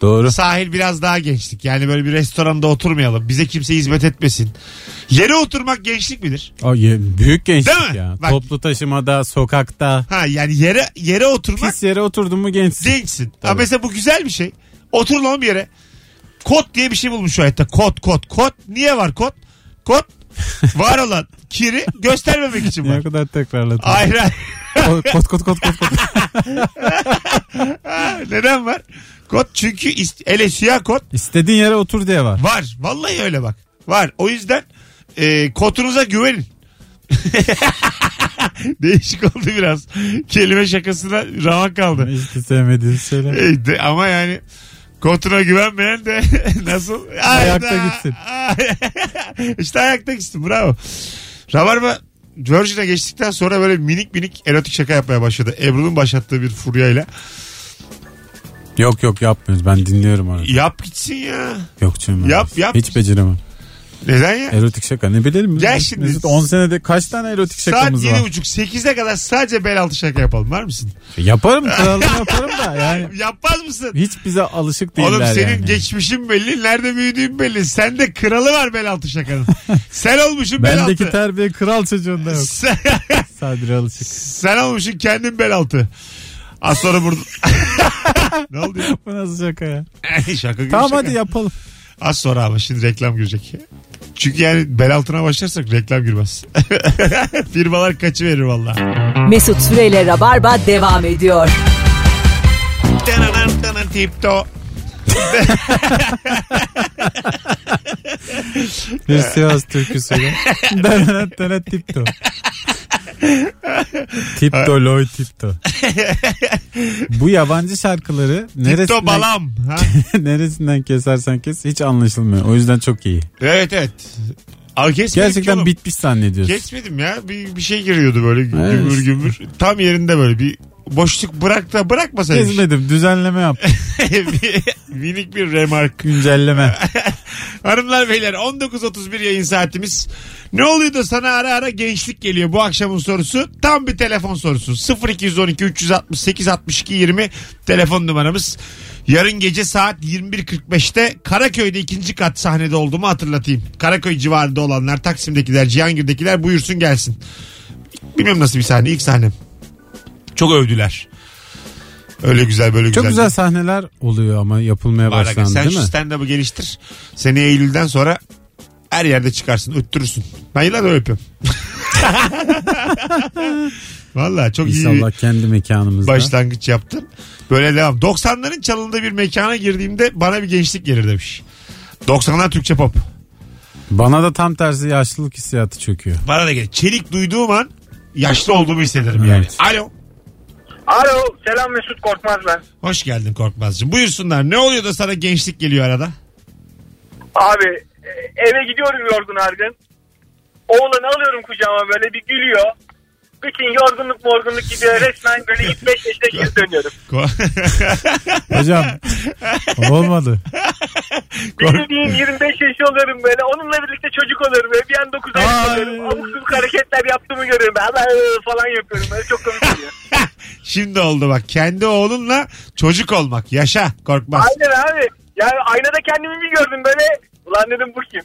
[SPEAKER 2] Doğru.
[SPEAKER 3] Sahil biraz daha gençlik. Yani böyle bir restoranda oturmayalım. Bize kimse hizmet etmesin. Yere oturmak gençlik midir?
[SPEAKER 2] Aa, ye- büyük
[SPEAKER 3] Değil
[SPEAKER 2] gençlik
[SPEAKER 3] mi?
[SPEAKER 2] ya.
[SPEAKER 3] Bak-
[SPEAKER 2] Toplu taşımada, sokakta.
[SPEAKER 3] Ha yani yere yere oturmak
[SPEAKER 2] Pis yere oturdun mu gençsin.
[SPEAKER 3] gençsin. Ha, mesela bu güzel bir şey. Oturun oğlum yere. Kot diye bir şey bulmuş şu hayatta. Kot kot kot. Niye var kot? Kot var olan kiri göstermemek için var.
[SPEAKER 2] Ne kadar tekrarladım.
[SPEAKER 3] Hayır hayır.
[SPEAKER 2] Ko- kot kot kot kot kot.
[SPEAKER 3] Neden var? Kot çünkü ist- ele siyah kot
[SPEAKER 2] İstediğin yere otur diye var.
[SPEAKER 3] var. Vallahi öyle bak. Var. O yüzden e, kotunuza güvenin. Değişik oldu biraz. Kelime şakasına ramak kaldı.
[SPEAKER 2] Hiç de sevmediğini söyle.
[SPEAKER 3] E, de- ama yani kotuna güvenmeyen de nasıl?
[SPEAKER 2] Ayakta
[SPEAKER 3] Hayda.
[SPEAKER 2] gitsin.
[SPEAKER 3] işte ayakta gitsin bravo. Rabarba Virgin'e geçtikten sonra böyle minik minik erotik şaka yapmaya başladı. Ebru'nun başlattığı bir furyayla.
[SPEAKER 2] Yok yok yapmıyoruz ben dinliyorum arada.
[SPEAKER 3] Yap gitsin ya.
[SPEAKER 2] Yok canım.
[SPEAKER 3] Yap, yap.
[SPEAKER 2] Hiç beceremem.
[SPEAKER 3] Neden ya?
[SPEAKER 2] Erotik şaka ne bilelim biz.
[SPEAKER 3] Gel şimdi.
[SPEAKER 2] Mesut 10 senede kaç tane erotik
[SPEAKER 3] Saat
[SPEAKER 2] şakamız var?
[SPEAKER 3] 7.30 8'e kadar sadece bel altı şaka yapalım var mısın?
[SPEAKER 2] E, Yaparım kralım yaparım da yani.
[SPEAKER 3] Yapmaz mısın?
[SPEAKER 2] Hiç bize alışık değiller
[SPEAKER 3] Oğlum senin
[SPEAKER 2] yani.
[SPEAKER 3] geçmişin belli, nerede büyüdüğün belli. Sende kralı var bel altı şakanın. Sen olmuşsun bel altı.
[SPEAKER 2] Bendeki terbiye kral çocuğunda yok.
[SPEAKER 3] Sen,
[SPEAKER 2] Sadri alışık.
[SPEAKER 3] sen olmuşsun kendin bel altı. Az sonra burada... ne oldu ya?
[SPEAKER 2] Bu nasıl şaka ya?
[SPEAKER 3] şaka gibi
[SPEAKER 2] Tamam
[SPEAKER 3] şaka.
[SPEAKER 2] hadi yapalım.
[SPEAKER 3] Az sonra ama şimdi reklam girecek. Çünkü yani bel altına başlarsak reklam girmez. Firmalar kaçıverir valla.
[SPEAKER 1] Mesut Süreyle Rabarba devam ediyor.
[SPEAKER 3] Tanan tanan tipto.
[SPEAKER 2] Bir Sivas türküsü. Denet denet tipto. tipto loy tipto. Bu yabancı şarkıları
[SPEAKER 3] Tipto
[SPEAKER 2] neresinden,
[SPEAKER 3] balam. Ha?
[SPEAKER 2] neresinden kesersen kes hiç anlaşılmıyor. O yüzden çok iyi.
[SPEAKER 3] Evet evet. Abi kesmedik ki
[SPEAKER 2] Gerçekten
[SPEAKER 3] oğlum.
[SPEAKER 2] bitmiş zannediyorsun.
[SPEAKER 3] Kesmedim ya. Bir, bir şey giriyordu böyle
[SPEAKER 2] Evet.
[SPEAKER 3] gümbür gümbür. Tam yerinde böyle bir boşluk bırak da bırakmasaymış.
[SPEAKER 2] Kesmedim düzenleme yap.
[SPEAKER 3] Bir- Minik bir remark.
[SPEAKER 2] Güncelleme.
[SPEAKER 3] Hanımlar beyler 19.31 yayın saatimiz. Ne oluyor da sana ara ara gençlik geliyor bu akşamın sorusu. Tam bir telefon sorusu. 0212 368 62 20 telefon numaramız. Yarın gece saat 21.45'te Karaköy'de ikinci kat sahnede olduğumu hatırlatayım. Karaköy civarında olanlar, Taksim'dekiler, Cihangir'dekiler buyursun gelsin. Bilmiyorum nasıl bir sahne, ilk sahnem. Çok övdüler. Öyle güzel böyle
[SPEAKER 2] Çok güzel sahneler oluyor ama yapılmaya
[SPEAKER 3] Var aga,
[SPEAKER 2] başlandı
[SPEAKER 3] sen
[SPEAKER 2] değil
[SPEAKER 3] şu
[SPEAKER 2] mi?
[SPEAKER 3] stand-up'ı geliştir. Seni Eylül'den sonra her yerde çıkarsın, öttürürsün. Ben yıllardır öyle yapıyorum. Valla çok iyi
[SPEAKER 2] İnşallah
[SPEAKER 3] bir
[SPEAKER 2] kendi mekanımızda.
[SPEAKER 3] başlangıç yaptın. Böyle devam. 90'ların çalındığı bir mekana girdiğimde bana bir gençlik gelir demiş. 90'lar Türkçe pop.
[SPEAKER 2] Bana da tam tersi yaşlılık hissiyatı çöküyor.
[SPEAKER 3] Bana da gelir. Çelik duyduğum an yaşlı olduğumu hissederim yani.
[SPEAKER 2] Evet.
[SPEAKER 3] Alo.
[SPEAKER 5] Alo selam Mesut Korkmaz ben.
[SPEAKER 3] Hoş geldin Korkmaz'cığım. Buyursunlar. Ne oluyor da sana gençlik geliyor arada?
[SPEAKER 5] Abi e, eve gidiyorum yorgun argın. Oğlanı alıyorum kucağıma böyle bir gülüyor. Bütün yorgunluk morgunluk gidiyor. Resmen böyle 25 yaşına geri dönüyorum.
[SPEAKER 3] Ko-
[SPEAKER 2] Hocam olmadı.
[SPEAKER 5] Bir de diyeyim 25 yaşı oluyorum böyle. Onunla birlikte çocuk oluyorum. Böyle. Bir an 9
[SPEAKER 2] Ay.
[SPEAKER 5] aylık oluyorum. Abuk subuk hareketler yaptığımı görüyorum. Ben "Aa!" falan yapıyorum. Böyle çok komik oluyor.
[SPEAKER 3] Şimdi oldu bak. Kendi oğlunla çocuk olmak. Yaşa korkmaz.
[SPEAKER 5] Aynen abi. Yani aynada kendimi bir gördüm böyle. Ulan dedim bu kim?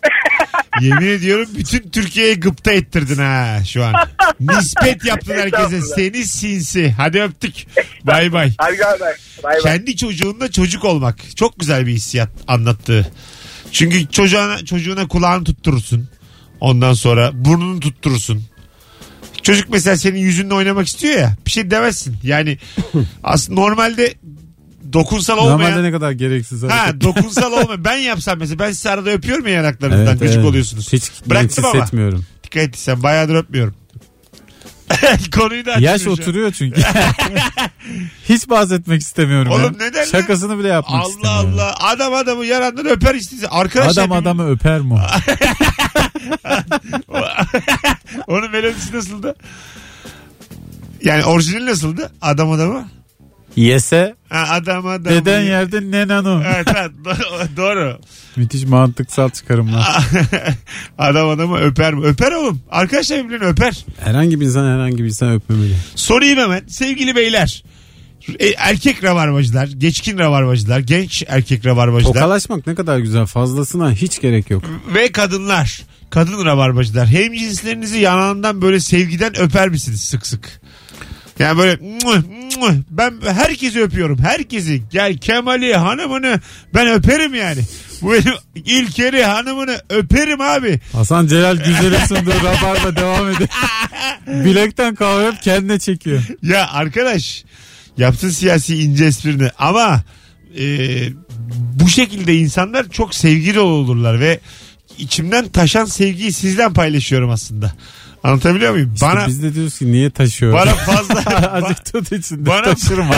[SPEAKER 3] Yemin ediyorum bütün Türkiye'yi gıpta ettirdin ha şu an. Nispet yaptın herkese.
[SPEAKER 5] Estağfurullah.
[SPEAKER 3] Seni sinsi. Hadi öptük. Bay bay.
[SPEAKER 5] Harika abi. Bay bay.
[SPEAKER 3] Kendi çocuğunla çocuk olmak. Çok güzel bir hissiyat anlattı. Çünkü çocuğuna, çocuğuna kulağını tutturursun. Ondan sonra burnunu tutturursun. Çocuk mesela senin yüzünle oynamak istiyor ya. Bir şey demezsin. Yani aslında normalde dokunsal olmayan...
[SPEAKER 2] Normalde ne kadar gereksiz hareket.
[SPEAKER 3] Ha dokunsal olma. Ben yapsam mesela ben sizi arada öpüyorum ya yanaklarınızdan.
[SPEAKER 2] Evet,
[SPEAKER 3] Gıcık
[SPEAKER 2] evet.
[SPEAKER 3] oluyorsunuz.
[SPEAKER 2] Hiç
[SPEAKER 3] Bıraktım
[SPEAKER 2] Bıraktım
[SPEAKER 3] ama.
[SPEAKER 2] hissetmiyorum.
[SPEAKER 3] Dikkat et sen bayağıdır öpmüyorum. Konuyu da açmıyor
[SPEAKER 2] Yaş
[SPEAKER 3] şu an.
[SPEAKER 2] oturuyor çünkü. Hiç bahsetmek istemiyorum.
[SPEAKER 3] Oğlum
[SPEAKER 2] ya.
[SPEAKER 3] neden lan?
[SPEAKER 2] Şakasını bile yapmak
[SPEAKER 3] Allah
[SPEAKER 2] istemiyorum.
[SPEAKER 3] Allah. Adam adamı yarandan öper istese. Arkadaşlar
[SPEAKER 2] Adam adamı öper mi?
[SPEAKER 3] onun melodisi nasıldı? Yani orijinali nasıldı? Adam adamı.
[SPEAKER 2] Yese
[SPEAKER 3] Ha, adam adamı.
[SPEAKER 2] deden yerde nenano.
[SPEAKER 3] Evet, evet, do- doğru.
[SPEAKER 2] Müthiş mantıksal çıkarımlar.
[SPEAKER 3] adam adamı öper mi? Öper oğlum. Arkadaşlar birbirini öper.
[SPEAKER 2] Herhangi bir insan herhangi bir insan öpmemeli.
[SPEAKER 3] Sorayım hemen. Sevgili beyler. e, Erkek rabarbacılar, geçkin rabarbacılar, genç erkek rabarbacılar
[SPEAKER 2] Tokalaşmak ne kadar güzel fazlasına hiç gerek yok.
[SPEAKER 3] ve kadınlar. Kadın rabarbacılar. Hem cinslerinizi yanağından böyle sevgiden öper misiniz sık sık? Yani böyle "Mwah, mwah." ben herkesi öpüyorum. Herkesi. Gel Kemal'i, hanımını ben öperim yani. Bu benim İlker'i hanımını öperim abi.
[SPEAKER 2] Hasan Celal güzel sundu. Rabarba devam ediyor. Bilekten kahve hep kendine çekiyor.
[SPEAKER 3] Ya arkadaş yaptın siyasi ince esprini ama e, bu şekilde insanlar çok sevgi dolu olurlar ve içimden taşan sevgiyi sizden paylaşıyorum aslında. Anlatabiliyor muyum? bana
[SPEAKER 2] Biz de diyoruz ki niye taşıyor?
[SPEAKER 3] bana fazla
[SPEAKER 2] Azıcık tut içinde
[SPEAKER 3] bana-
[SPEAKER 2] taşırma.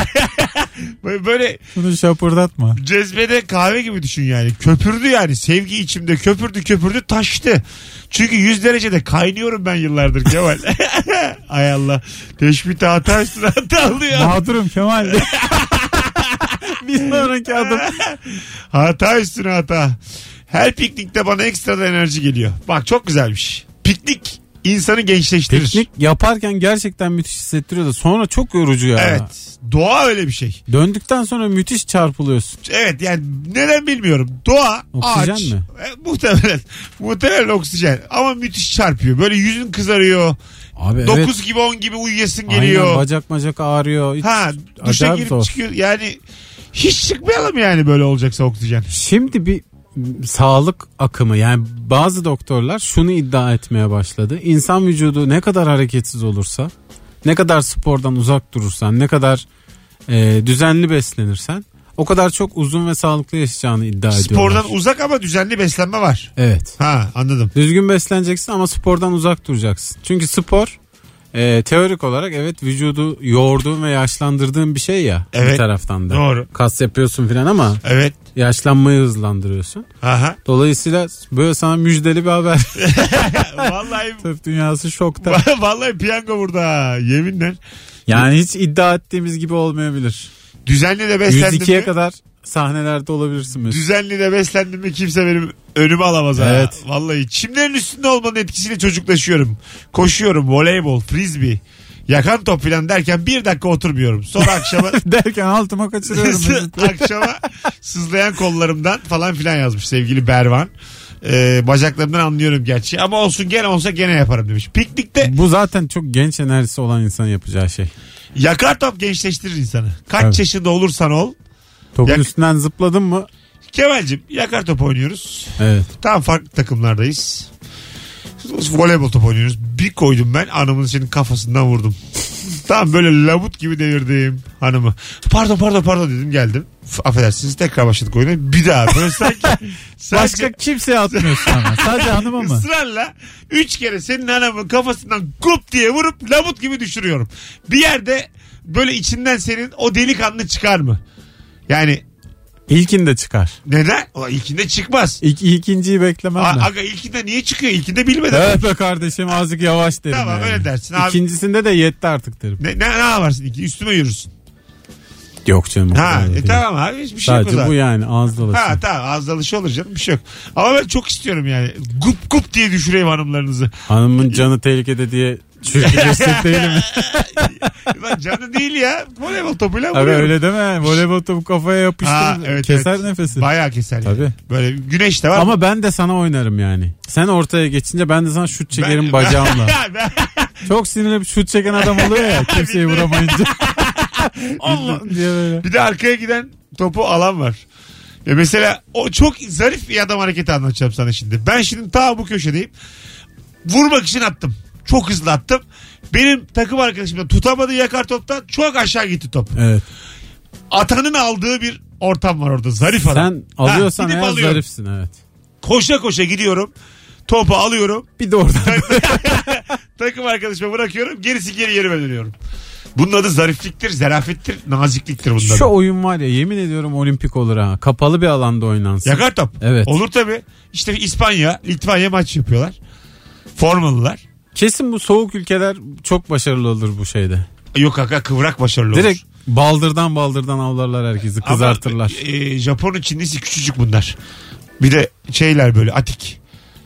[SPEAKER 3] böyle
[SPEAKER 2] Bunu şapırdatma.
[SPEAKER 3] cezbede kahve gibi düşün yani. Köpürdü yani. Sevgi içimde köpürdü köpürdü taştı. Çünkü 100 derecede kaynıyorum ben yıllardır Kemal. Ay Allah. Teşbihte hata üstüne hata alıyor.
[SPEAKER 2] Mağdurum Kemal. Bir sonraki adım.
[SPEAKER 3] Hata üstüne hata. Her piknikte bana ekstra enerji geliyor. Bak çok güzelmiş. Piknik insanı gençleştirir.
[SPEAKER 2] Teknik yaparken gerçekten müthiş hissettiriyor da sonra çok yorucu ya.
[SPEAKER 3] Evet. Doğa öyle bir şey.
[SPEAKER 2] Döndükten sonra müthiş çarpılıyorsun.
[SPEAKER 3] Evet yani neden bilmiyorum. Doğa,
[SPEAKER 2] Oksijen
[SPEAKER 3] ağaç.
[SPEAKER 2] mi?
[SPEAKER 3] E, muhtemelen. Muhtemelen oksijen. Ama müthiş çarpıyor. Böyle yüzün kızarıyor.
[SPEAKER 2] Abi
[SPEAKER 3] dokuz
[SPEAKER 2] evet.
[SPEAKER 3] 9 gibi 10 gibi uyuyasın
[SPEAKER 2] Aynen,
[SPEAKER 3] geliyor.
[SPEAKER 2] bacak macak ağrıyor. Hiç
[SPEAKER 3] ha duşa
[SPEAKER 2] acayip
[SPEAKER 3] girip
[SPEAKER 2] zor.
[SPEAKER 3] çıkıyor. Yani hiç çıkmayalım yani böyle olacaksa oksijen.
[SPEAKER 2] Şimdi bir sağlık akımı yani bazı doktorlar şunu iddia etmeye başladı. İnsan vücudu ne kadar hareketsiz olursa, ne kadar spordan uzak durursan, ne kadar e, düzenli beslenirsen o kadar çok uzun ve sağlıklı yaşayacağını iddia ediyorlar.
[SPEAKER 3] Spordan uzak ama düzenli beslenme var.
[SPEAKER 2] Evet.
[SPEAKER 3] Ha anladım.
[SPEAKER 2] Düzgün besleneceksin ama spordan uzak duracaksın. Çünkü spor e, teorik olarak evet vücudu yoğurduğun ve yaşlandırdığın bir şey ya
[SPEAKER 3] Evet.
[SPEAKER 2] bir taraftan da.
[SPEAKER 3] Doğru.
[SPEAKER 2] Kas yapıyorsun filan ama
[SPEAKER 3] Evet.
[SPEAKER 2] yaşlanmayı hızlandırıyorsun.
[SPEAKER 3] Aha.
[SPEAKER 2] Dolayısıyla böyle sana müjdeli bir haber.
[SPEAKER 3] Vallahi
[SPEAKER 2] Tıp dünyası şokta.
[SPEAKER 3] vallahi piyango burada. Yeminler.
[SPEAKER 2] Yani hiç iddia ettiğimiz gibi olmayabilir.
[SPEAKER 3] Düzenli E, de beslendim.
[SPEAKER 2] 102'ye
[SPEAKER 3] mi-
[SPEAKER 2] kadar sahnelerde olabilirsin Mesut.
[SPEAKER 3] Düzenli de beslendim mi kimse benim önümü alamaz ha.
[SPEAKER 2] Evet.
[SPEAKER 3] Vallahi çimlerin üstünde olmanın etkisiyle çocuklaşıyorum. Koşuyorum, voleybol, frisbee, yakan top filan derken bir dakika oturmuyorum. Sonra akşama
[SPEAKER 2] Derken altıma kaçırıyorum Mesut.
[SPEAKER 3] akşama sızlayan kollarımdan falan filan yazmış sevgili Bervan. Ee, bacaklarımdan anlıyorum gerçi ama olsun gene olsa gene yaparım demiş. Piknikte
[SPEAKER 2] Bu zaten çok genç enerjisi olan insan yapacağı şey.
[SPEAKER 3] yakar top gençleştirir insanı. Kaç
[SPEAKER 2] Tabii.
[SPEAKER 3] yaşında olursan ol.
[SPEAKER 2] Topun
[SPEAKER 3] Yak-
[SPEAKER 2] üstünden zıpladın mı?
[SPEAKER 3] Kemal'cim yakar top oynuyoruz.
[SPEAKER 2] Evet.
[SPEAKER 3] Tam farklı takımlardayız. Voleybol top oynuyoruz. Bir koydum ben hanımın senin kafasından vurdum. Tam böyle labut gibi devirdim hanımı. Pardon pardon pardon dedim geldim. F- Affedersiniz tekrar başladık oyuna. Bir daha böyle sanki,
[SPEAKER 2] Başka
[SPEAKER 3] sanki
[SPEAKER 2] kimseye atmıyorsun ama. Sadece hanıma mı?
[SPEAKER 3] ısrarla üç kere senin hanımın kafasından gup diye vurup labut gibi düşürüyorum. Bir yerde böyle içinden senin o delikanlı çıkar mı? Yani
[SPEAKER 2] İlkinde çıkar.
[SPEAKER 3] neden? O ilkinde çıkmaz.
[SPEAKER 2] İlk, ikinciyi beklemem
[SPEAKER 3] A-
[SPEAKER 2] ben.
[SPEAKER 3] Aga ilkinde niye çıkıyor? İlkinde bilmeden.
[SPEAKER 2] Evet be kardeşim azıcık yavaş derim.
[SPEAKER 3] Tamam,
[SPEAKER 2] yani.
[SPEAKER 3] öyle dersin abi.
[SPEAKER 2] İkincisinde de yetti artık derim.
[SPEAKER 3] Ne, ne, ne yaparsın iki? Üstüme yürürsün.
[SPEAKER 2] Yok canım. o
[SPEAKER 3] Ha
[SPEAKER 2] kadar da
[SPEAKER 3] e,
[SPEAKER 2] değil.
[SPEAKER 3] tamam abi hiçbir şey yok o
[SPEAKER 2] Sadece
[SPEAKER 3] zaman.
[SPEAKER 2] bu yani ağız dolaşı.
[SPEAKER 3] Ha tamam az dalışı olur canım bir şey yok. Ama ben çok istiyorum yani. Gup gup diye düşüreyim hanımlarınızı.
[SPEAKER 2] Hanımın canı tehlikede diye çürkü ceset değilim.
[SPEAKER 3] Lan canı değil ya. Voleybol topuyla
[SPEAKER 2] Abi
[SPEAKER 3] vuruyorum.
[SPEAKER 2] öyle deme. Voleybol topu kafaya
[SPEAKER 3] Ha,
[SPEAKER 2] yapıştır.
[SPEAKER 3] evet,
[SPEAKER 2] keser
[SPEAKER 3] evet.
[SPEAKER 2] nefesi.
[SPEAKER 3] Bayağı keser. yani.
[SPEAKER 2] Tabii.
[SPEAKER 3] Böyle güneş de var.
[SPEAKER 2] Ama ben de sana oynarım yani. Sen ortaya geçince ben de sana şut çekerim bacağımla.
[SPEAKER 3] Ben-
[SPEAKER 2] Çok sinirli şut çeken adam oluyor ya kimseyi vuramayınca. Allah diye böyle.
[SPEAKER 3] bir de arkaya giden topu alan var. Ya mesela o çok zarif bir adam hareketi anlatacağım sana şimdi. Ben şimdi ta bu köşedeyim. Vurmak için attım. Çok hızlı attım. Benim takım arkadaşım da tutamadı yakar toptan. Çok aşağı gitti top.
[SPEAKER 2] Evet.
[SPEAKER 3] atanın aldığı bir ortam var orada. Zarif adam.
[SPEAKER 2] Sen alıyorsan
[SPEAKER 3] Ha, gidip
[SPEAKER 2] eğer
[SPEAKER 3] alıyorum.
[SPEAKER 2] zarifsin evet.
[SPEAKER 3] Koşa koşa gidiyorum. Topu alıyorum.
[SPEAKER 2] Bir de oradan.
[SPEAKER 3] Takım arkadaşıma bırakıyorum. Gerisi geri yerime dönüyorum. Bunun adı zarifliktir, zarafettir, nazikliktir bunun adı.
[SPEAKER 2] Şu oyun var ya yemin ediyorum olimpik olur ha. Kapalı bir alanda oynansın.
[SPEAKER 3] Yakar top.
[SPEAKER 2] Evet.
[SPEAKER 3] Olur tabii. İşte İspanya, Litvanya maç yapıyorlar. Formalılar.
[SPEAKER 2] Kesin bu soğuk ülkeler çok başarılı olur bu şeyde.
[SPEAKER 3] Yok kaka kıvrak başarılı olur.
[SPEAKER 2] Direkt baldırdan baldırdan avlarlar herkesi
[SPEAKER 3] Ama,
[SPEAKER 2] kızartırlar.
[SPEAKER 3] e, Japon'un Çinlisi küçücük bunlar. Bir de şeyler böyle atik.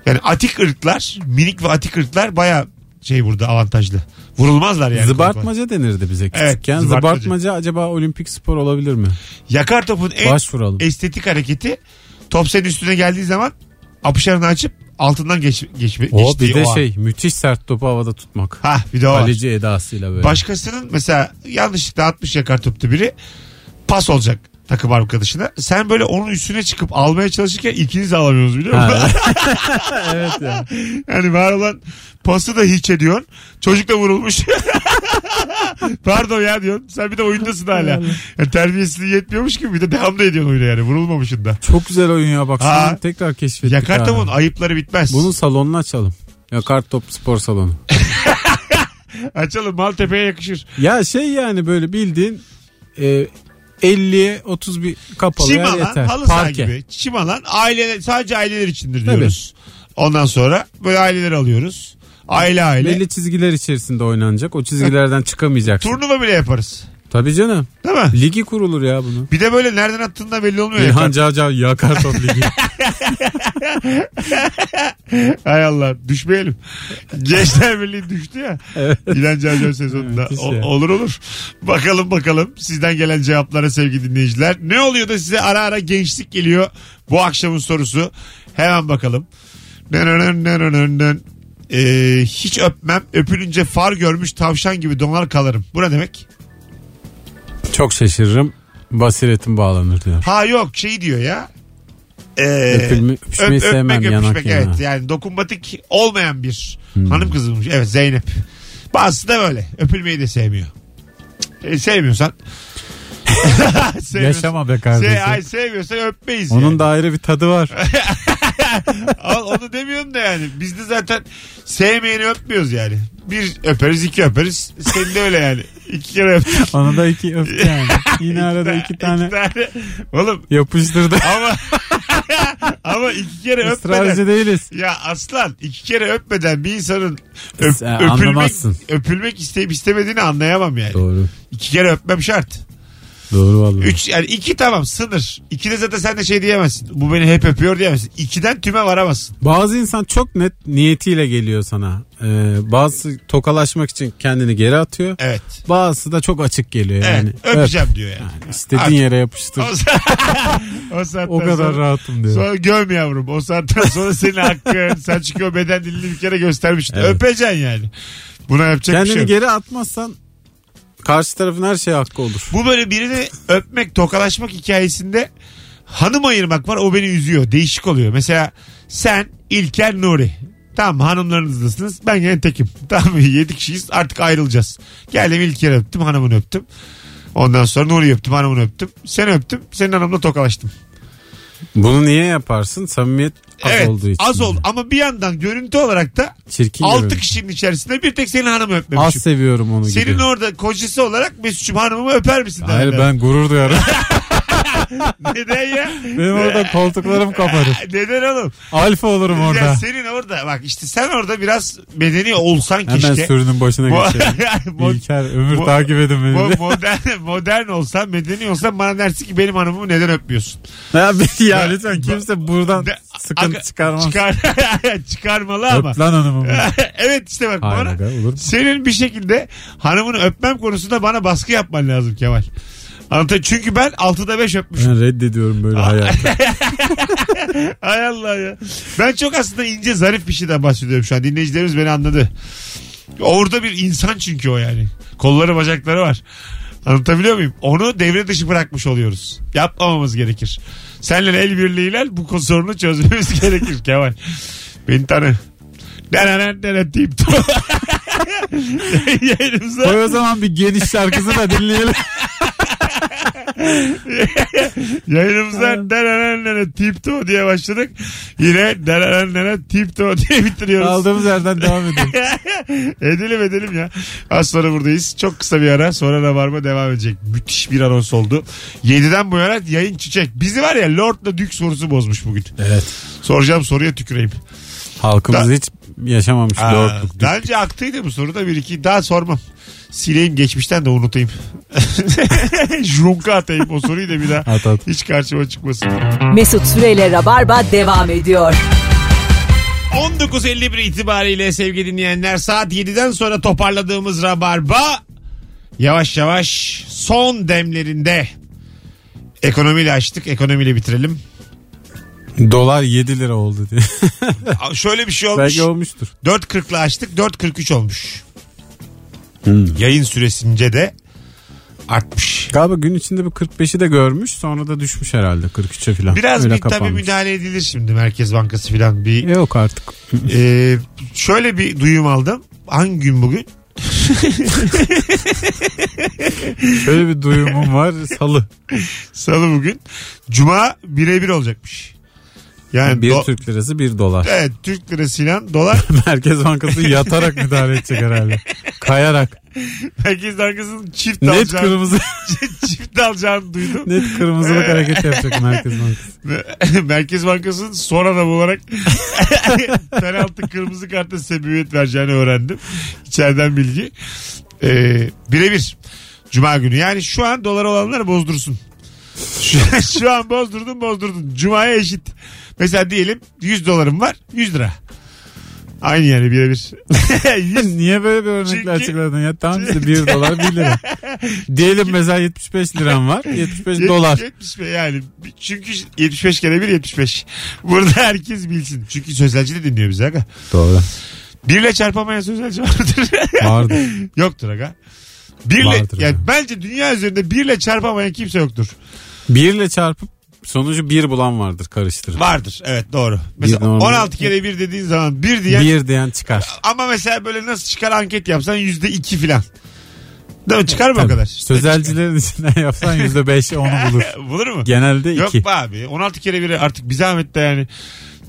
[SPEAKER 3] Yani atik ırklar, minik ve atik ırklar baya şey burada avantajlı. Vurulmazlar yani. korkmaz.
[SPEAKER 2] Zıbartmaca denirdi bize
[SPEAKER 3] Evet,
[SPEAKER 2] küçükken.
[SPEAKER 3] zıbartmaca.
[SPEAKER 2] zıbartmaca. acaba olimpik spor olabilir mi?
[SPEAKER 3] Yakar topun en
[SPEAKER 2] Başvuralım.
[SPEAKER 3] estetik hareketi top senin üstüne geldiği zaman apışarını açıp altından geç, geçme,
[SPEAKER 2] O
[SPEAKER 3] geçtiği
[SPEAKER 2] bir de
[SPEAKER 3] o an.
[SPEAKER 2] şey müthiş sert topu havada tutmak.
[SPEAKER 3] Ha bir de o var.
[SPEAKER 2] Kaleci edasıyla böyle.
[SPEAKER 3] Başkasının mesela yanlışlıkla 60 yakar toptu biri pas olacak. takım arkadaşına. Sen böyle onun üstüne çıkıp almaya çalışırken ikiniz de alamıyorsunuz biliyor musun?
[SPEAKER 2] Ha,
[SPEAKER 3] Yani var olan pası da hiç ediyorsun. Çocuk da vurulmuş. Pardon ya diyorsun. Sen bir de oyundasın hala. Yani terbiyesizliği yetmiyormuş gibi bir de devam da ediyorsun oyuna yani. Vurulmamışın da.
[SPEAKER 2] Çok güzel oyun ya bak. şu
[SPEAKER 3] Ha.
[SPEAKER 2] an tekrar keşfettik. ha.
[SPEAKER 3] Yakartamın ayıpları bitmez.
[SPEAKER 2] Bunun salonunu açalım. Yakar top spor salonu.
[SPEAKER 3] Açalım Maltepe'ye yakışır.
[SPEAKER 2] Ya şey yani böyle bildiğin e, 50'ye 30 bir kapalı yer
[SPEAKER 3] Çimalan
[SPEAKER 2] yeter.
[SPEAKER 3] halı saha
[SPEAKER 2] Parke.
[SPEAKER 3] gibi. Çimalan aile, sadece aileler içindir
[SPEAKER 2] Tabii.
[SPEAKER 3] diyoruz. Ondan sonra böyle aileler alıyoruz. Aile aile.
[SPEAKER 2] Belli çizgiler içerisinde oynanacak. O çizgilerden çıkamayacak.
[SPEAKER 3] Turnuva bile yaparız.
[SPEAKER 2] Tabii canım.
[SPEAKER 3] Değil mi?
[SPEAKER 2] Ligi kurulur ya bunu.
[SPEAKER 3] Bir de böyle nereden attığın da belli olmuyor.
[SPEAKER 2] İlhan
[SPEAKER 3] yakar.
[SPEAKER 2] Cavcav yakar top ligi.
[SPEAKER 3] Hay Allah düşmeyelim. Gençler Birliği düştü ya.
[SPEAKER 2] Evet.
[SPEAKER 3] İlhan Cavcav sezonunda.
[SPEAKER 2] Müthiş
[SPEAKER 3] O-
[SPEAKER 2] ya.
[SPEAKER 3] olur olur. Bakalım bakalım sizden gelen cevaplara sevgili dinleyiciler. Ne oluyor da size ara ara gençlik geliyor bu akşamın sorusu. Hemen bakalım. Nön, nön, nön, nön, nön. Ee, hiç öpmem. Öpülünce far görmüş tavşan gibi donar kalırım. Bu ne demek?
[SPEAKER 2] Çok şaşırırım. Basiretim bağlanır diyor.
[SPEAKER 3] Ha yok şey diyor ya. Ee,
[SPEAKER 2] Öpülme- öpüşmeyi sevmem, yanak Hmm. yana.
[SPEAKER 3] Evet yani dokunmatik olmayan bir hanım kızıymış. Evet Zeynep. Bazısı da böyle. Öpülmeyi de sevmiyor. Cık, E, sevmiyorsan. Sevmiyorsan-
[SPEAKER 2] Yaşama be kardeşim.
[SPEAKER 3] Se, ay sevmiyorsan öpmeyiz. yani.
[SPEAKER 2] Onun da ayrı bir tadı var.
[SPEAKER 3] Al, onu demiyorum da yani. Biz de zaten sevmeyeni öpmüyoruz yani. Bir öperiz iki öperiz. Senin de öyle yani. İki kere öptük.
[SPEAKER 2] Ona da iki öptü yani. Yine arada iki tane
[SPEAKER 3] Oğlum
[SPEAKER 2] yapıştırdı.
[SPEAKER 3] ama ama iki kere öpmeden.
[SPEAKER 2] Israrcı değiliz.
[SPEAKER 3] Ya aslan iki kere öpmeden bir insanın öp-
[SPEAKER 2] Sen
[SPEAKER 3] öpülmek,
[SPEAKER 2] anlamazsın.
[SPEAKER 3] öpülmek isteyip istemediğini anlayamam yani.
[SPEAKER 2] Doğru.
[SPEAKER 3] İki kere öpmem şart.
[SPEAKER 2] Doğru vallahi.
[SPEAKER 3] Üç yani iki tamam sınır. İkide zaten sen de şey diyemezsin. Bu beni hep öpüyor diyemezsin. İkiden tüme varamazsın.
[SPEAKER 2] Bazı insan çok net niyetiyle geliyor sana. Ee, bazı tokalaşmak için kendini geri atıyor.
[SPEAKER 3] Evet.
[SPEAKER 2] Bazısı da çok açık geliyor
[SPEAKER 3] Evet.
[SPEAKER 2] yani.
[SPEAKER 3] öpeceğim diyor yani.
[SPEAKER 2] Öp. İstediğin
[SPEAKER 3] Artık.
[SPEAKER 2] yere yapıştır.
[SPEAKER 3] O, sa- o saatten
[SPEAKER 2] O kadar
[SPEAKER 3] sonra-
[SPEAKER 2] rahatım diyor.
[SPEAKER 3] Sonra göm yavrum. O saatten sonra senin hakkın. sen çünkü o beden dilini bir kere göstermiştin.
[SPEAKER 2] Evet.
[SPEAKER 3] Öpeceksin yani. Buna yapacak bir
[SPEAKER 2] Kendini
[SPEAKER 3] şey yok.
[SPEAKER 2] geri atmazsan karşı tarafın her şeye hakkı olur.
[SPEAKER 3] Bu böyle birini öpmek, tokalaşmak hikayesinde hanım ayırmak var. O beni üzüyor. Değişik oluyor. Mesela sen İlker Nuri. Tamam hanımlarınızdasınız. Ben gene tekim. Tamam mı? Yedi kişiyiz. Artık ayrılacağız. Geldim İlker'i öptüm. Hanımını öptüm. Ondan sonra Nuri öptüm. Hanımını öptüm. Seni öptüm. Senin hanımla tokalaştım.
[SPEAKER 2] Bunu niye yaparsın? Samimiyet az
[SPEAKER 3] evet.
[SPEAKER 2] olduğu için.
[SPEAKER 3] Az oldu. Ama bir yandan görüntü olarak da
[SPEAKER 2] Çirkin
[SPEAKER 3] altı
[SPEAKER 2] görünüyor.
[SPEAKER 3] kişinin içerisinde bir tek senin hanımı
[SPEAKER 2] Az
[SPEAKER 3] öpmemişim.
[SPEAKER 2] seviyorum onu
[SPEAKER 3] Senin
[SPEAKER 2] gibi.
[SPEAKER 3] orada kocası olarak Mesut'cum hanımımı öper misin?
[SPEAKER 2] Hayır
[SPEAKER 3] derler.
[SPEAKER 2] ben gurur duyarım.
[SPEAKER 3] Neden ya?
[SPEAKER 2] Benim orada koltuklarım kaparır.
[SPEAKER 3] Neden oğlum?
[SPEAKER 2] Alfa olurum
[SPEAKER 3] Ya
[SPEAKER 2] orada.
[SPEAKER 3] senin orada bak işte sen orada biraz bedeni olsan
[SPEAKER 2] Hemen
[SPEAKER 3] keşke.
[SPEAKER 2] sürünün başına
[SPEAKER 3] Mo-
[SPEAKER 2] geçerim.
[SPEAKER 3] Mo-
[SPEAKER 2] İlker ömür
[SPEAKER 3] Mo-
[SPEAKER 2] takip edin beni.
[SPEAKER 3] Mo- modern, modern olsan medeni olsan bana dersin ki benim hanımımı neden öpmüyorsun?
[SPEAKER 2] Ya, bir- ya
[SPEAKER 3] Ba-
[SPEAKER 2] lütfen kimse buradan
[SPEAKER 3] De-
[SPEAKER 2] sıkıntı
[SPEAKER 3] Aga-
[SPEAKER 2] çıkarmaz.
[SPEAKER 3] Çıkar, çıkarmalı ama.
[SPEAKER 2] Öp lan hanımımı.
[SPEAKER 3] evet işte bak
[SPEAKER 2] Hayır
[SPEAKER 3] bana,
[SPEAKER 2] aga, olur mu?
[SPEAKER 3] senin bir şekilde hanımını öpmem konusunda bana baskı yapman lazım Kemal. Anlatayım. Çünkü ben 6'da 5 öpmüşüm.
[SPEAKER 2] Ben reddediyorum böyle hayatı.
[SPEAKER 3] Hay Allah ya. Ben çok aslında ince zarif bir şeyden bahsediyorum şu an. Dinleyicilerimiz beni anladı. Orada bir insan çünkü o yani. Kolları bacakları var. Anlatabiliyor muyum? Onu devre dışı bırakmış oluyoruz. Yapmamamız gerekir. Senle el birliğiyle bu sorunu çözmemiz gerekir Kemal. Beni tanı. Denenen denen deyip Yayınımıza
[SPEAKER 2] Koy o zaman bir geniş şarkısı da dinleyelim.
[SPEAKER 3] Yayınımıza derenenlere tipto diye başladık. Yine derenenlere tipto diye bitiriyoruz.
[SPEAKER 2] Aldığımız yerden devam edelim.
[SPEAKER 3] edelim edelim ya. Az sonra buradayız. Çok kısa bir ara sonra Rabarba devam edecek. Müthiş bir anons oldu. 7'den bu yana yayın çiçek. Bizi var ya Lord'la Dük sorusu bozmuş bugün.
[SPEAKER 2] Evet.
[SPEAKER 3] Soracağım soruya tüküreyim.
[SPEAKER 2] Halkımız hiç yaşamamış
[SPEAKER 3] Aa,
[SPEAKER 2] lordluk.
[SPEAKER 3] daha önce aktıydı bu soruda bir iki daha sormam. Sileyim geçmişten de unutayım. Junka atayım o soruyu da bir daha.
[SPEAKER 2] At, at.
[SPEAKER 3] Hiç karşıma çıkmasın.
[SPEAKER 1] Mesut Süreyle Rabarba devam ediyor.
[SPEAKER 3] 19.51 itibariyle sevgili dinleyenler saat 7'den sonra toparladığımız Rabarba yavaş yavaş son demlerinde ekonomiyle açtık ekonomiyle bitirelim.
[SPEAKER 2] Dolar 7 lira oldu diye.
[SPEAKER 3] Aa, Şöyle bir şey olmuş
[SPEAKER 2] Belki olmuştur.
[SPEAKER 3] 4.40'la
[SPEAKER 2] Hmm.
[SPEAKER 3] açtık 4.43 olmuş. Yayın süresince de artmış.
[SPEAKER 2] Galiba gün içinde bir 45'i de görmüş sonra da düşmüş herhalde 43'e falan.
[SPEAKER 3] Biraz
[SPEAKER 2] Öyle
[SPEAKER 3] bir tabii
[SPEAKER 2] kapanmış.
[SPEAKER 3] müdahale edilir şimdi Merkez Bankası falan bir
[SPEAKER 2] Yok artık.
[SPEAKER 3] Ee, şöyle bir duyum aldım. Hangi gün bugün?
[SPEAKER 2] Şöyle bir duyumum var salı.
[SPEAKER 3] Salı bugün. Cuma birebir olacakmış. Yani
[SPEAKER 2] bir
[SPEAKER 3] do-
[SPEAKER 2] Türk lirası bir dolar.
[SPEAKER 3] Evet, Türk lirasıyla dolar
[SPEAKER 2] Merkez Bankası yatarak müdahale edecek herhalde. Kayarak.
[SPEAKER 3] Merkez Bankası'nın çift
[SPEAKER 2] Net
[SPEAKER 3] alacağını,
[SPEAKER 2] kırmızı
[SPEAKER 3] çift alacağını duydum.
[SPEAKER 2] net kırmızılık hareketi yapacak Merkez Bankası.
[SPEAKER 3] Merkez Bankası'nın son adam olarak penaltı kırmızı karta sebebiyet vereceğini öğrendim. İçeriden bilgi. Ee, birebir. Cuma günü. Yani şu an dolar olanlar bozdursun. Şu, şu an bozdurdun bozdurdun. Cuma'ya eşit. Mesela diyelim 100 dolarım var 100 lira. Aynı yani birebir. 100
[SPEAKER 2] Niye böyle bir örnekle
[SPEAKER 3] Çünkü-
[SPEAKER 2] açıkladın ya? Tamam işte 1 dolar 1 lira. Diyelim mesela 75 liram var. 75 dolar.
[SPEAKER 3] 75 yani. Çünkü 75 kere 1 75. Burada herkes bilsin. Çünkü sözelci de dinliyor bizi aga.
[SPEAKER 2] Doğru.
[SPEAKER 3] Birle çarpamayan sözelci vardır.
[SPEAKER 2] Vardı.
[SPEAKER 3] yoktur aga. Birle,
[SPEAKER 2] Vardır
[SPEAKER 3] yani
[SPEAKER 2] aga.
[SPEAKER 3] bence dünya üzerinde birle çarpamayan kimse yoktur.
[SPEAKER 2] 1 ile çarpıp sonucu 1 bulan vardır karıştırın.
[SPEAKER 3] Vardır evet doğru. Mesela
[SPEAKER 2] normal.
[SPEAKER 3] 16 kere 1 dediğin zaman 1 diyen
[SPEAKER 2] 1 diyen çıkar.
[SPEAKER 3] ama mesela böyle nasıl çıkar anket yapsan %2 filan. Değil mi? Çıkar mı o kadar?
[SPEAKER 2] Sözelcilerin içinden yapsan %5 onu bulur.
[SPEAKER 3] Bulur mu?
[SPEAKER 2] Genelde
[SPEAKER 3] Yok
[SPEAKER 2] 2.
[SPEAKER 3] be abi. 16 kere 1 artık bir zahmet de yani.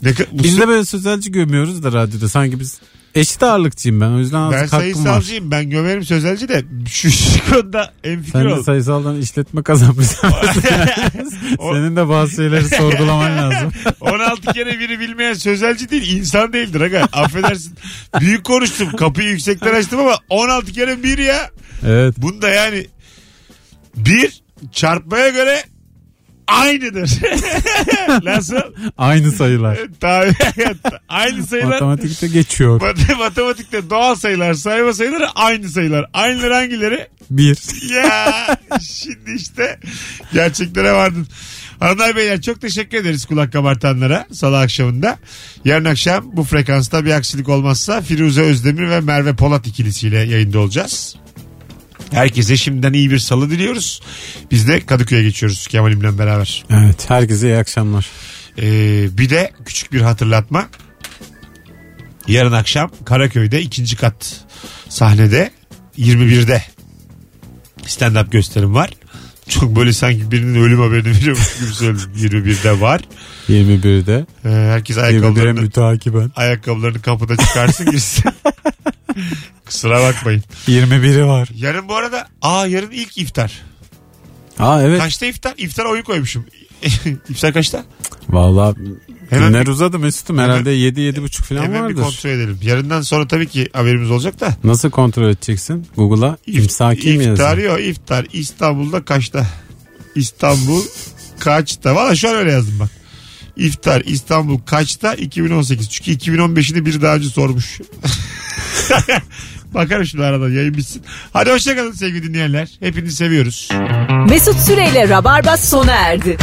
[SPEAKER 3] Ne, ka- bu
[SPEAKER 2] Biz
[SPEAKER 3] su-
[SPEAKER 2] de böyle sözelci gömüyoruz da radyoda. Sanki biz eşit ağırlıkçıyım ben. O yüzden
[SPEAKER 3] ben
[SPEAKER 2] azıcık hakkım var.
[SPEAKER 3] sayısalcıyım. Ben gömerim sözelci de şu, şu konuda en fikir
[SPEAKER 2] Sen de
[SPEAKER 3] ol.
[SPEAKER 2] sayısaldan işletme kazanmışsın.
[SPEAKER 3] O-
[SPEAKER 2] Senin de bazı şeyleri sorgulaman lazım.
[SPEAKER 3] 16 kere biri bilmeyen sözelci değil insan değildir aga. Affedersin. Büyük konuştum kapıyı yüksekten açtım ama 16 kere bir ya.
[SPEAKER 2] Evet.
[SPEAKER 3] Bunda yani bir çarpmaya göre aynıdır. Nasıl?
[SPEAKER 2] Aynı sayılar.
[SPEAKER 3] Tabii. Aynı sayılar.
[SPEAKER 2] Matematikte geçiyor.
[SPEAKER 3] Mat- Matematikte doğal sayılar, sayma sayıları aynı sayılar. Aynıları hangileri?
[SPEAKER 2] Bir.
[SPEAKER 3] Ya şimdi işte gerçeklere vardın. Hanımlar beyler çok teşekkür ederiz kulak kabartanlara salı akşamında. Yarın akşam bu frekansta bir aksilik olmazsa Firuze Özdemir ve Merve Polat ikilisiyle yayında olacağız. Herkese şimdiden iyi bir salı diliyoruz. Biz de Kadıköy'e geçiyoruz Kemal'imle beraber.
[SPEAKER 2] Evet. Herkese iyi akşamlar.
[SPEAKER 3] Ee, bir de küçük bir hatırlatma. Yarın akşam Karaköy'de ikinci kat sahnede 21'de stand-up gösterim var. Çok böyle sanki birinin ölüm haberini veriyormuş gibi söyledim. 21'de var.
[SPEAKER 2] 21'de.
[SPEAKER 3] Ee, herkes
[SPEAKER 2] 21'e
[SPEAKER 3] ayakkabılarını,
[SPEAKER 2] mütakiben.
[SPEAKER 3] ayakkabılarını kapıda çıkarsın girsin. Kusura bakmayın.
[SPEAKER 2] 21'i var.
[SPEAKER 3] Yarın bu arada aa yarın ilk iftar.
[SPEAKER 2] Aa evet.
[SPEAKER 3] Kaçta iftar? İftara oyun koymuşum. iftar kaçta?
[SPEAKER 2] Valla
[SPEAKER 3] Hemen
[SPEAKER 2] günler uzadı Mesut'um. Herhalde 7-7.30 falan
[SPEAKER 3] Hemen bir
[SPEAKER 2] vardır.
[SPEAKER 3] kontrol edelim. Yarından sonra tabii ki haberimiz olacak da.
[SPEAKER 2] Nasıl kontrol edeceksin? Google'a imsa kim
[SPEAKER 3] iftar
[SPEAKER 2] yazın?
[SPEAKER 3] yok iftar. İstanbul'da kaçta? İstanbul kaçta? Valla şu an öyle yazdım bak. İftar İstanbul kaçta? 2018. Çünkü 2015'ini bir daha önce sormuş. Bakarım şimdi aradan yayın bitsin. Hadi hoşçakalın sevgili dinleyenler. Hepinizi seviyoruz.
[SPEAKER 1] Mesut Süreyle Rabarba sona erdi.